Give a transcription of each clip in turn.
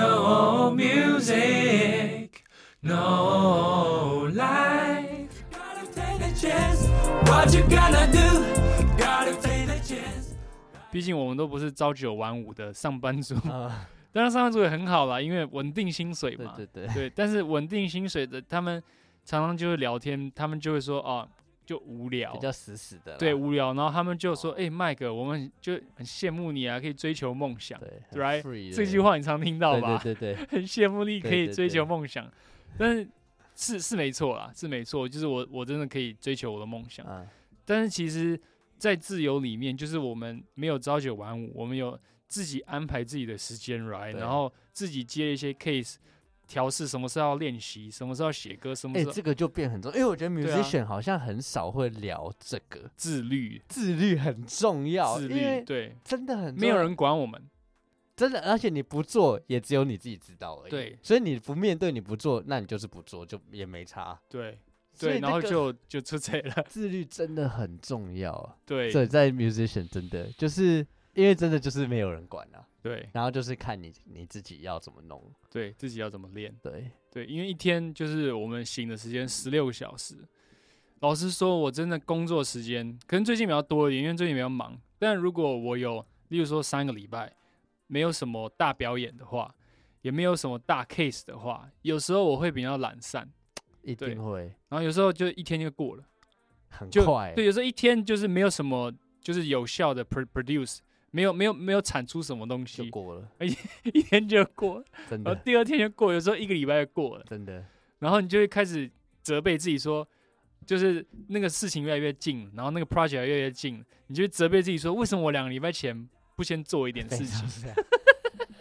No music, no life. Gotta take the chance. What you gonna do? Gotta take the chance. 毕竟我们都不是朝九晚五的上班族，啊， 当然上班族也很好啦，因为稳定薪水对嘛。对对，对，但是稳定薪水的，他们常常就会聊天，他们就会说哦，就无聊比，较死死的啦，哦对，无聊。然后他们就说，哎、麦克，我们就很羡慕你啊，可以追求梦想。对很 right， free 的这句话你常听到吧？对 对对很羡慕你可以对对追求对梦想，但是是是没错啦，是没错，就是我我真的可以追求我的梦对，想。啊，但是其实，在自由里面，就是我们没有朝九晚五，我们有自己安排自己的时间，right？对然后自己接一些 case，调试什么时候要练习，什么时候要写歌，什么哎，时候这个就变很重，因为我觉得对啊 musician 好像很少会聊这个，自律，自律很重要，自哦因律为对，真的很没有重要人管我们，真的，而且你不做也只有你自己知道而已，对所以你不面对你不做，那你就是不做，就也没差。对所以对，这然后个就就出 贼了，自律真的很重要啊，对对，在 musician 真的就是因为真的就是没有人管啊，对然后就是看你你自己要怎么弄，对，自己要怎么练。对，对，因为一天就是我们醒的时间十六个小时。老实说，我真的工作时间可能最近比较多一点，因为最近比较忙。但如果我有，例如说三个礼拜没有什么大表演的话，也没有什么大 case 的话，有时候我会比较懒散，一对定会然后有时候就一天就过了，很就快，啊对，有时候一天就是没有什么就是有效的 pro- produce，没有没有没有产出什么东就西，过了，一天就过了，真然后的第二天就过了，有时候一个礼拜就过了。真的，然后你就会开始责备自己说，就是那个事情越来越近，然后那个 project 越来越近，你就会责备自己说，为什么我两个礼拜前不先做一点非事常情？是这 样。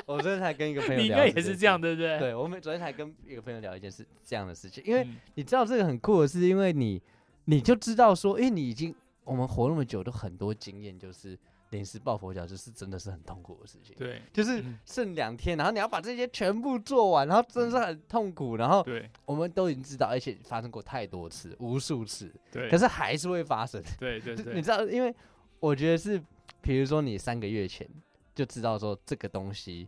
我昨天才跟一个朋友，你应该也是这样，。对不 对？对，我们昨天才跟一个朋友聊一件事，这样的事情，因嗯，为你知道这个很酷的是，因为你你就知道说，因为你已经我们活那么久，都很多经验，就是临时抱佛脚，就是真的是很痛苦的事情。，对就是嗯剩两天，然后你要把这些全部做完，然后真的是很痛苦。然后对我们都已经知道，而且发生过太多次，无数次，对，可是还是会发生。对对你对知道，因为我觉得是，比如说你三个月前就知道说这个东西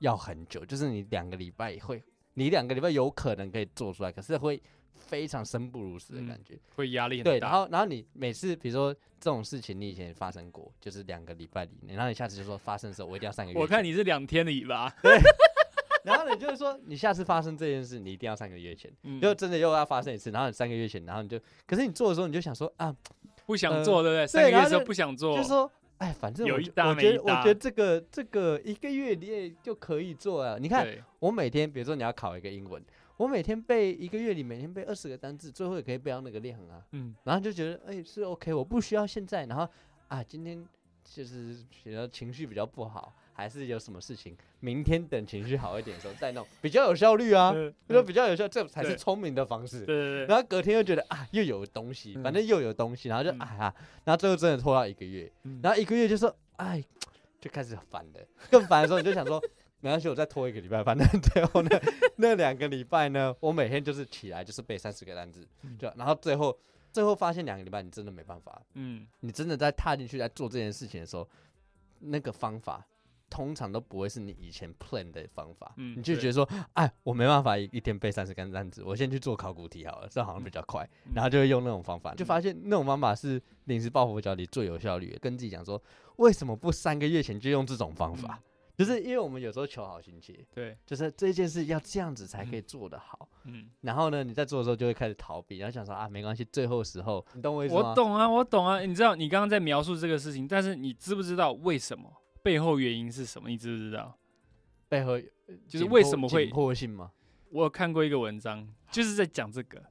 要很久，就是你两个礼拜会，你两个礼拜有可能可以做出来，可是会非常生不如死的嗯感觉。会压力对，很然大。后然后你每次比如说这种事情，你以前也发生过，就是两个礼拜里面，然后你下次就说发生的时候，我一定要三个月。我看，你是两天的尾巴，然后你就会说你下次发生这件事，你一定要三个月前，嗯就真的又要发生一次，然后你三个月前，然后你就，可是你做的时候你就想说啊，不想呃做，对不对？三个月然的后时候就不想做就，说，哎，反正有我一觉搭我没觉一得我觉搭得这个这个一个月里就可以做啊。你看对我每天，比如说你要考一个英文，我每天背一个月里每天背二十个单字，最后也可以背到那个量啊。嗯，然后就觉得，哎，是 OK，我不需要现在。然后啊，今天就是比较情绪比较不好，还是有什么事情，明天等情绪好一点的时候再弄，比较有效率啊，呃就对比较有效，这才是对聪明的方式。嗯对对，然后隔天又觉得啊，又有东西，反嗯正又有东西，然后就嗯哎呀，然后最后真的拖到一个月，嗯然后一个月就说哎，就开始烦了。更烦的时候，你就想说 没关系，我再拖一个礼拜，反正最后呢那两个礼拜呢，我每天就是起来就是背三十个单字，嗯就然后最后最后发现两个礼拜你真的没办法，嗯，你真的在踏进去在做这件事情的时候，那个方法。通常都不会是你以前 plan 的方法，嗯你就对觉得说，哎，我没办法一一天背三十个单字，我先去做考古题好了，这好像比较快。嗯然后就会用那种方法，就发现那种方法是临时抱佛脚里最有效率的。跟自己讲说，为什么不三个月前就用这种方法？就是因为我们有时候求好心切，嗯对，就是这件事要这样子才可以做得好。嗯，然后呢，你在做的时候就会开始逃避，然后想说啊，没关系，最后时候，你懂我意思吗？我。懂啊，我懂啊。你知道你刚刚在描述这个事情，但是你知不知道为什么背后原因是什么？你知不知道？背后就是为什么会紧迫性吗？我有看过一个文章，就是在讲这 个，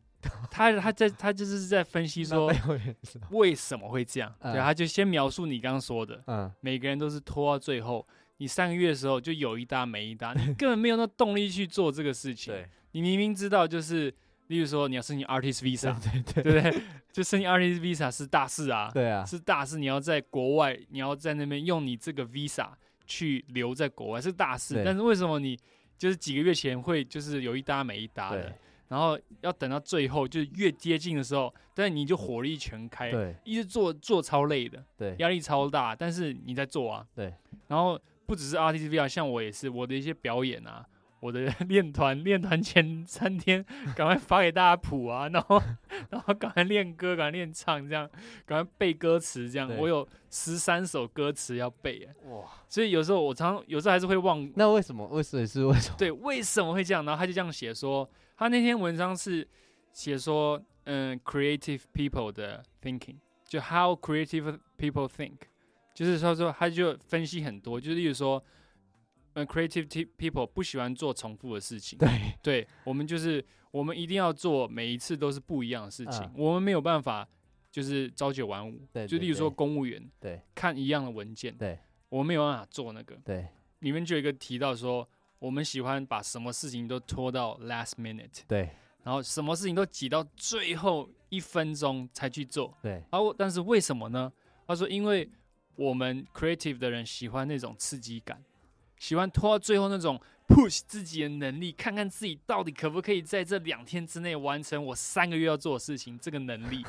他他在他就是在分析那说背后也是 为什么会这样，嗯对，他就先描述你刚刚说的，嗯，每个人都是拖到最后，你上个月的时候就有一搭没一搭，你根本没有那动力去做这个事情，对，你明明知道就是，例如说你要申请 artist visa，对对对不对？ 就申请 artist visa 是大事啊，对啊，是大事，你要在国外，你要在那边用你这个 visa 去留在国外是大事对，但是为什么你就是几个月前会就是有一搭没一搭对啊的，然后要等到最后就是越接近的时候，但你就火力全开，对一直做做超累的，对压力超大，但是你在做啊，对，然后不只是 RTVR，像我也是，我的一些表演啊，我的练团 练团前三天，赶快发给大家谱啊， 然后然后赶快练歌，赶快练唱，这样赶快背歌词，这样对我有十三首歌词要背耶，哇，所以有时候我常有时候还是会忘，那为什么？为什么是为什么？对，为什么会这样？然后他就这样写说，他那篇文章是写说，嗯，creative people 的 thinking，就 how creative people think，就是他说他就分析很多，就是例如说，嗯，creative t- people 不喜欢做重复的事情，对 对我们就是我们一定要做每一次都是不一样的事情，嗯我们没有办法就是朝九晚五，对就对例如说对公务员对看一样的文件，对我们没有办法做那个，对里面就有一个提到说，我们喜欢把什么事情都拖到 last minute，对然后什么事情都挤到最后一分钟才去做。对然后，啊但是为什么呢？他说，因为我们 creative 的人喜欢那种刺激感，喜欢拖到最后那种 push 自己的能力，看看自己到底可不可以在这两天之内完成我三个月要做的事情这个能力。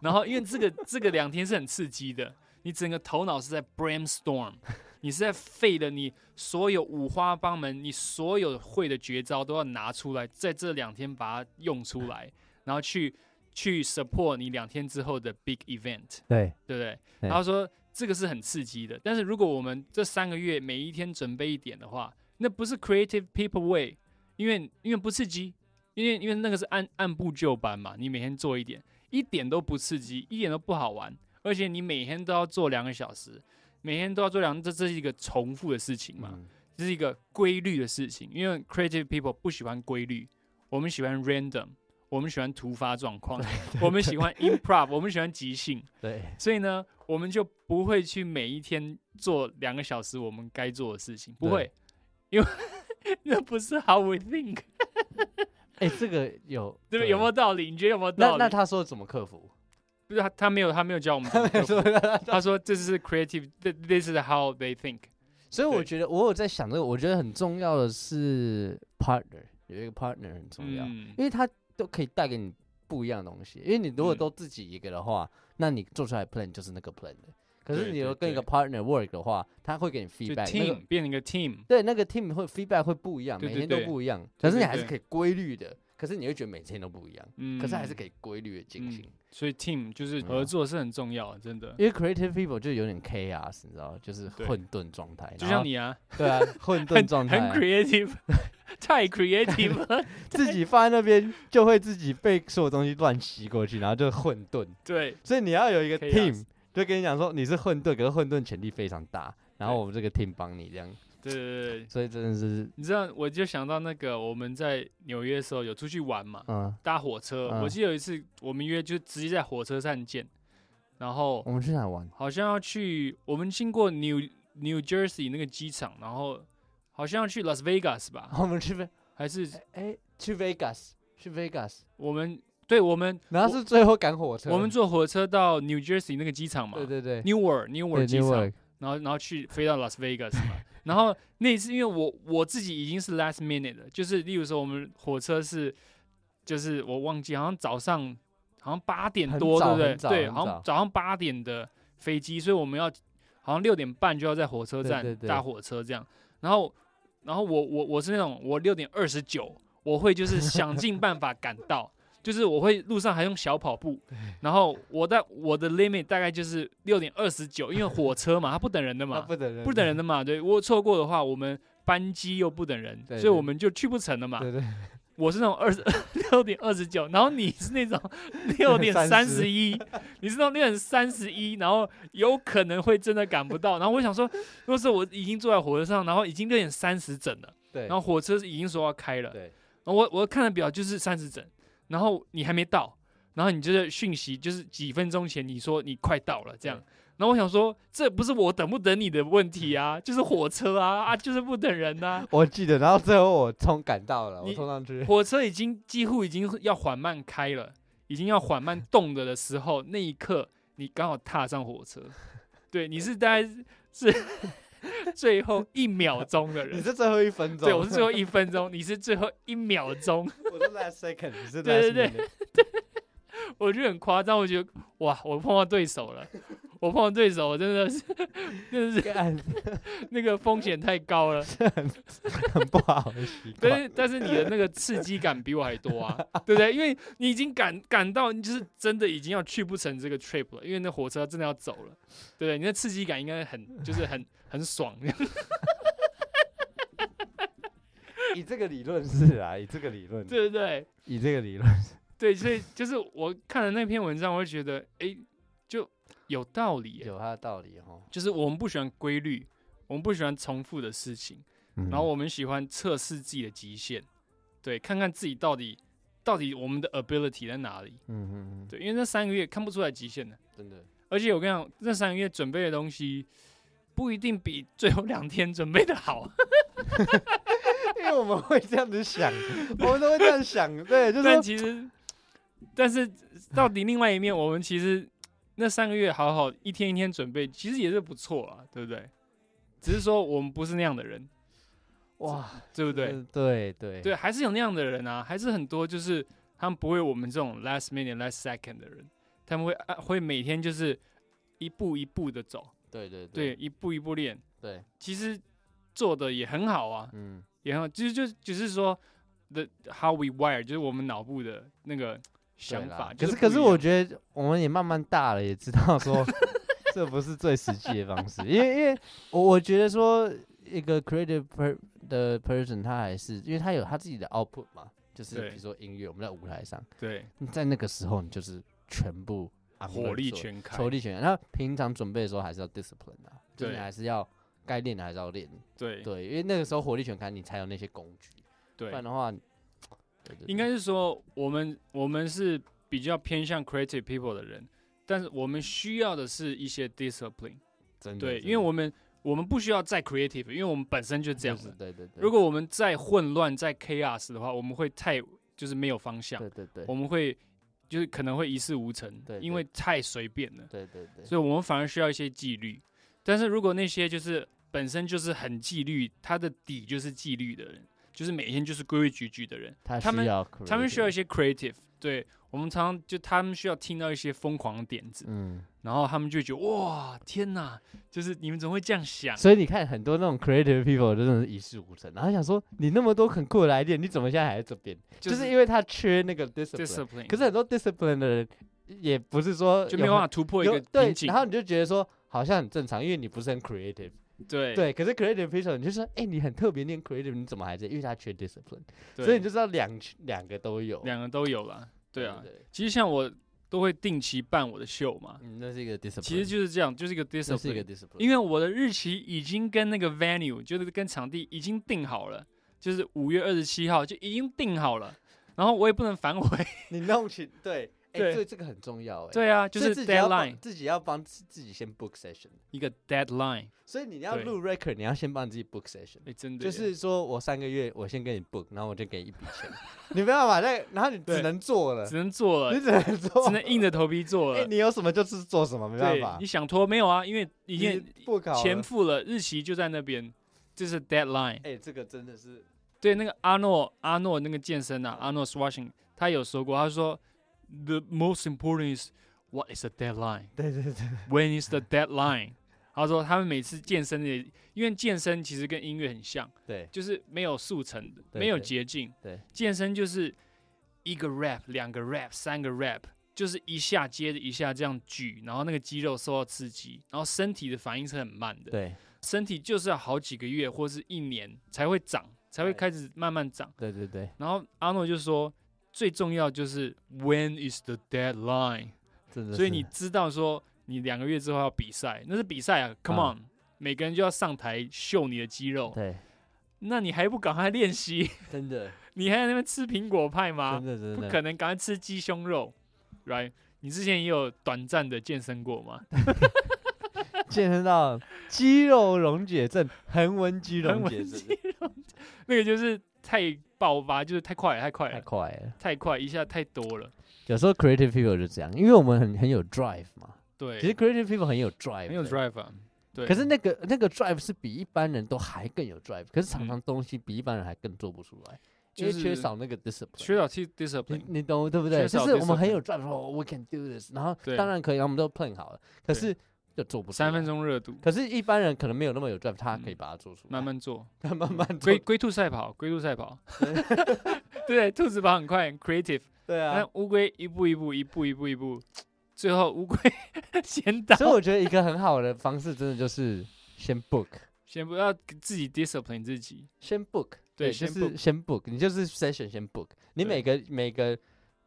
然后，因为这个这个两天是很刺激的，你整个头脑是在 brainstorm，你是在废的，你所有五花八门，你所有会的绝招都要拿出来，在这两天把它用出来，然后去去 support 你两天之后的 big event，对对不对？对然后说这个是很刺激的，但是如果我们这三个月每一天准备一点的话，那不是 creative people way，因为因为不刺激，因为因为那个是按按部就班嘛，你每天做一点，一点都不刺激，一点都不好玩，而且你每天都要做两个小时，每天都要做两，这这是一个重复的事情嘛，嗯这是一个规律的事情，因为 creative people 不喜欢规律，我们喜欢 random，我们喜欢突发状况，我们喜欢 improv，我们喜欢即兴，对所以呢，我们就不会去每一天做两个小时我们该做的事情，不对会，因为 那不是 how we think，哎，这个有 对不对？有没有？道理？你觉得有没有道那理？那他说怎么克服？不是他他没有他没有教我们怎么克服， 他说这是 creative，this is how they think，所以我对觉得我有在想这个，我觉得很重要的是 partner，有一个 partner 很重要，嗯因为他都可以带给你不一样的东西。因为你如果嗯都自己一个的话，那你做出来的 plan 就是那个 plan 的。可是对你有对跟一个 partner work 的话，他会给你就 feedback，那 team、个变成一个 team，对那个 team 会 feedback 会不一样，对每对天都对不一样。对可是你对还是对可以规律的，可是你会觉得每天都不一样，嗯可是还是可以规律的进行。所以 team 就是嗯合作是很重要的，真的。因为 creative people 就有点 chaos，你知道吗，就是对混沌状态。就然像后你啊，对啊，混沌很状很态啊、 creative，太 creative 了。 自己放在那边就会自己被所有东西乱吸过去，然后就混沌。对，所以你要有一个 Chaos team，就跟你讲说你是混沌，可是混沌潜力非常大，然后对我们这个 team 帮你这样，对对对，所以真的是，你知道，我就想到那个我们在纽约的时候有出去玩嘛，嗯，搭火车。嗯我记得有一次我们约就直接在火车站见，然后我们去哪玩？ 好像要去，我们经过 New New Jersey 那个机场，然后好像要去 Las Vegas 吧，我们去飞，还是哎，去 Vegas，去 Vegas，我们对我们然后是最后赶火车，我们坐火车到 New Jersey 那个机场嘛对对对， ，Newark Newark 机对场， Newark，然后然后去飞到 Las Vegas 嘛。然后那一次，因为我我自己已经是 last minute 了，就是例如说我们火车是，就是我忘记好像早上好像八点多，对不很早对很？早对，很好早像早上八点的飞机，所以我们要好像六点半就要在火车对站对对搭火车这样。然后然后我我我是那种我六点二十九我会就是想尽办法赶到。就是我会路上还用小跑步，然后我的我的 limit 大概就是六点二十九，因为火车嘛，它不等人的那嘛，不等人，不等人的嘛，对我错过的话，我们班机又不等人，对所以我们就去不成了嘛。对对，我是那种二十 六点二十九，然后你是那 种六点三十一，你是那种六点三十一，然后有可能会真的赶不到。然后我想说，如果是我已经坐在火车上，然后已经六点三十整了，对，然后火车已经说要开了，对然后我我看了表就是三十整，然后你还没到，然后你就是讯息就是几分钟前你说你快到了这样对，然后我想说这不是我等不等你的问题啊， 就是火车啊啊就是不等人呐、我记得，然后最后我冲赶到了，我你冲上去，火车已经几乎已经要缓慢开了，已经要缓慢动的的时候，那一刻你刚好踏上火车，对，你是大概是 是最后一秒钟的你人。是最后一分钟，对，我是最后一分钟，你是最后一秒钟，我是 last second，你是 last 对对对 minute 我觉得很夸张，我觉得哇，我碰到对手了，我碰到对手，我真的是真的是干那个风险太高了。很不好的习但惯。是但是你的那个刺激感比我还多啊，对不对？因为你已经感感到你就是真的已经要去不成这个 trip 了，因为那火车真的要走了，对不对？你的刺激感应该很就是很很爽。 以这个理论是啊，以这个理论，对不对？以这个理论，对，所以就是我看了那篇文章，我就觉得，哎，就有道理耶。有它的道理哦。就是我们不喜欢规律，我们不喜欢重复的事情，嗯然后我们喜欢测试自己的极限，对，看看自己到底到底我们的 ability 在哪里。嗯，嗯嗯嗯，对，因为那三个月看不出来极限的，真的，而且我跟你讲，那三个月准备的东西不一定比最后两天准备的 好。 因为我们会这样子想，我们都会这样想，对，就是但说其实，但是到底另外一面，我们其实那三个月好好一天一天准备，其实也是不错啊，对不对？只是说我们不是那样的人，哇，对不对？真的对对对，，还是有那样的人啊，还是很多，就是他们不会我们这种 last minute last second 的人，他们会啊会每天就是一步一步的走，对对对，一步一步练，对，其实做的也很好啊，嗯，也很好，就是就只是说 the how we wire，就是我们脑部的那个想对啦法。可就是不可是一样我觉得我们也慢慢大了，也知 道说这不是最实际的方式，因为因为我我觉得说一个 creative per 的 person，他还是因为他有他自己的 output 嘛，就是对比如说音乐，我们在舞台上，对在那个时候你就是全部 on 火力 roll 做全开，抽力选。那平常准备的时候还是要 discipline 啊，就是对你还是要该练的还是要练，对对，因为那个时候火力全开，你才有那些工具，不对然，的话，对对应该是说我们我们是比较偏向 creative people 的人，但是我们需要的是一些 discipline，真的对，因真为的我们我们不需要再 creative，因为我们本身就这样就子是。对对对，如果我们再混乱、再 chaos 的话，我们会太就是没有方向，对对对我，们会就是可能会一事无成，对因对为太随便了。对对对，所以我们反而需要一些纪律。但是如果那些就是本身就是很纪律，他的底就是纪律的人，就是每天就是规规矩矩的人，他他们需要他们需要一 creative 些 creative 对。我们常常就他们需要听到一些疯狂的点子，嗯，然后他们就觉得哇天哪，就是你们怎么会这样想？所以你看很多那种 creative people 都真的是一事无成，然后想说你那么多很酷的 idea，你怎么现在还在这边？就就是是因为他缺那个 discipline， discipline，可是很多 discipline 的人也不是说就没有办法突破一有个对瓶，颈然。后你就觉得说好像很正常，因为你不是很 creative，对对，可是 creative people 你就说哎、你很特别，你很 creative，你怎么还在？因为他缺 discipline，对所以你就知道两两个都有，两个都有啦。对啊，对，其实像我都会定期办我的秀嘛，嗯，那是一个 discipline，其实就是这样，就是一个这是一 discipline 个。discipline，因为我的日期已经跟那个 venue，就是跟场地已经定好了，就是五月二十七号就已经定好了，然后我也不能反悔。你弄起对，哎、对这这个很重要哎、对啊，就所以是自己要帮 deadline 自己要帮自自己先 book session，一个 deadline，所以你要对录 record，你要先帮自己 book session，哎、真的就耶是说我三个月我先跟你 book，然后我就给你一笔钱，你没办法再，然后你只对能做了只，能做 你了，只能做，只能硬着头皮做哎、了。你有什么就是做什么，没办对法，你想拖没有啊？因为已经不搞钱付了，日期就在那边，这是 deadline。哎、这个真的是对，那个阿诺阿诺那个健身啊，阿诺 Swashing，他有说过，他说，The most important is what is the deadline? 对对对 When is the deadline? 他说他们每次健身也，因为健身其实跟音乐很像，对就是没有速成的，对没有对捷径。对，健身就是一个 rap，两个 rap，三个 rap，就是一下接着一下这样举，然后那个肌肉受到刺激，然后身体的反应是很慢的。对身体就是要好几个月或是一年才会长，才会对开始慢慢长。对对对，然后阿诺就说，最重要就是 when is the deadline，真的是，所以你知道说你两个月之后要比赛，那是比赛啊，come on，、啊每个人就要上台秀你的肌肉，对那你还不赶快练习？ 真的你还在那边吃苹果派真吗？的真啊不的可能，赶快吃鸡胸肉，right？你之前也有短暂的健身过吗？ 健身到肌肉溶解症、横纹肌溶横解纹症，那个就是太爆发，就是太快了，太快太了，快了。太快，一下太多了。有时候 creative people 就这样，因为我们很很有 drive 嘛。对，其实 creative people 很有 drive，很有的 drive 啊。对，可是那个那个 drive 是比一般人都还更有 drive，可是常嗯常东西比一般人还更做不出来，就因为缺是少那个 discipline。缺少 t 你 discipline，你懂对不对？缺就少是我们很 discipline 有 drive，说 we can do this，然后对当然可以，然后我们都 plan 好了。对可是就做不出三分来。钟热度，可是，一般人可能没有那么有 drive，他可以把它做出来，慢慢做。慢慢慢做龟。龟兔赛跑，龟兔赛 跑， 对，兔子跑很快，很 creative，对啊但，乌龟一步一步，一步一步一步，最后乌龟 先倒所，以我觉得一个很好的方式，真的就是先 book，先不要自己 discipline 自己，先 book，对就先是 book 先 book，你就是 session 先 book，你对每个每个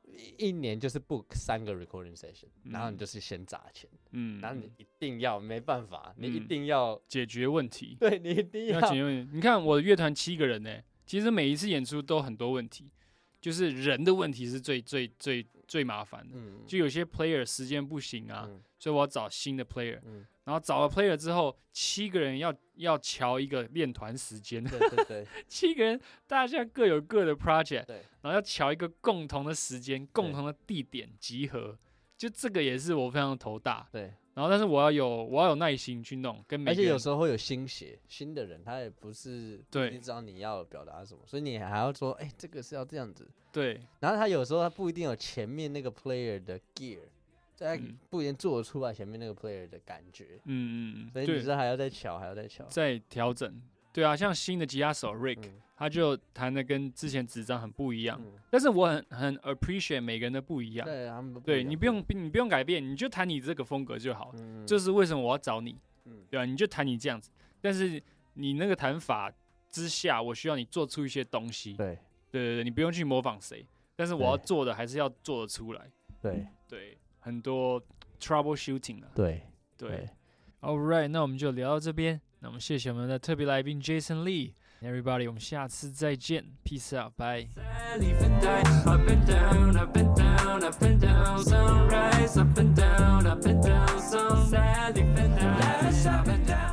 一一年就是 book 三个 recording session，然后你嗯就是先砸钱，嗯，然后你一定要没办法，你一嗯定要，解决问题。对你一定要要解决问题。你看我的乐团七个人呢、其实每一次演出都很多问题，就是人的问题是最最最最麻烦的。嗯就有些 player 时间不行啊，嗯所以我要找新的 player。嗯，然后找了 player 之后，七个人要要瞧一个练团时间， 对对对，七个人大家各有各的 project，对然后要瞧一个共同的时间、共对同的地点集合。就这个也是我非常头大，对，然后但是我要有我要有耐心去弄，跟每而个且有人时候会有新血，新的人他也不是不一对定知道你要表达什么，所以你还要说，哎，这个是要这样子，对然后他有时候他不一定有前面那个 player 的 gear，在嗯不一定做得出来前面那个 player 的感觉，嗯嗯嗯，所以对你这还要再瞧，还要再瞧。在调整。对啊，像新的吉他手 Rick，、嗯他就弹的跟之前纸张很不一样，嗯但是我很很 appreciate 每个人的不一样。嗯对，他们对你不用你不用改变，你就弹你这个风格就好。这是为什么我要找你，嗯对吧、你就弹你这样子，但是你那个弹法之下，我需要你做出一些东西。对对对对，你不用去模仿谁，但是我要对做的还是要做得出来。对对，很多 troubleshooting 啊，对对。All right，那我们就聊到这边。那我们谢谢我们的特别来宾 Jason Lee。Everybody，我们下次再见，Peace out，bye。 Sally Van Dyke, up and down, up and down, up and down, sunrise, up and down, up and down, sun. Sally Van Dyke, lash up and down.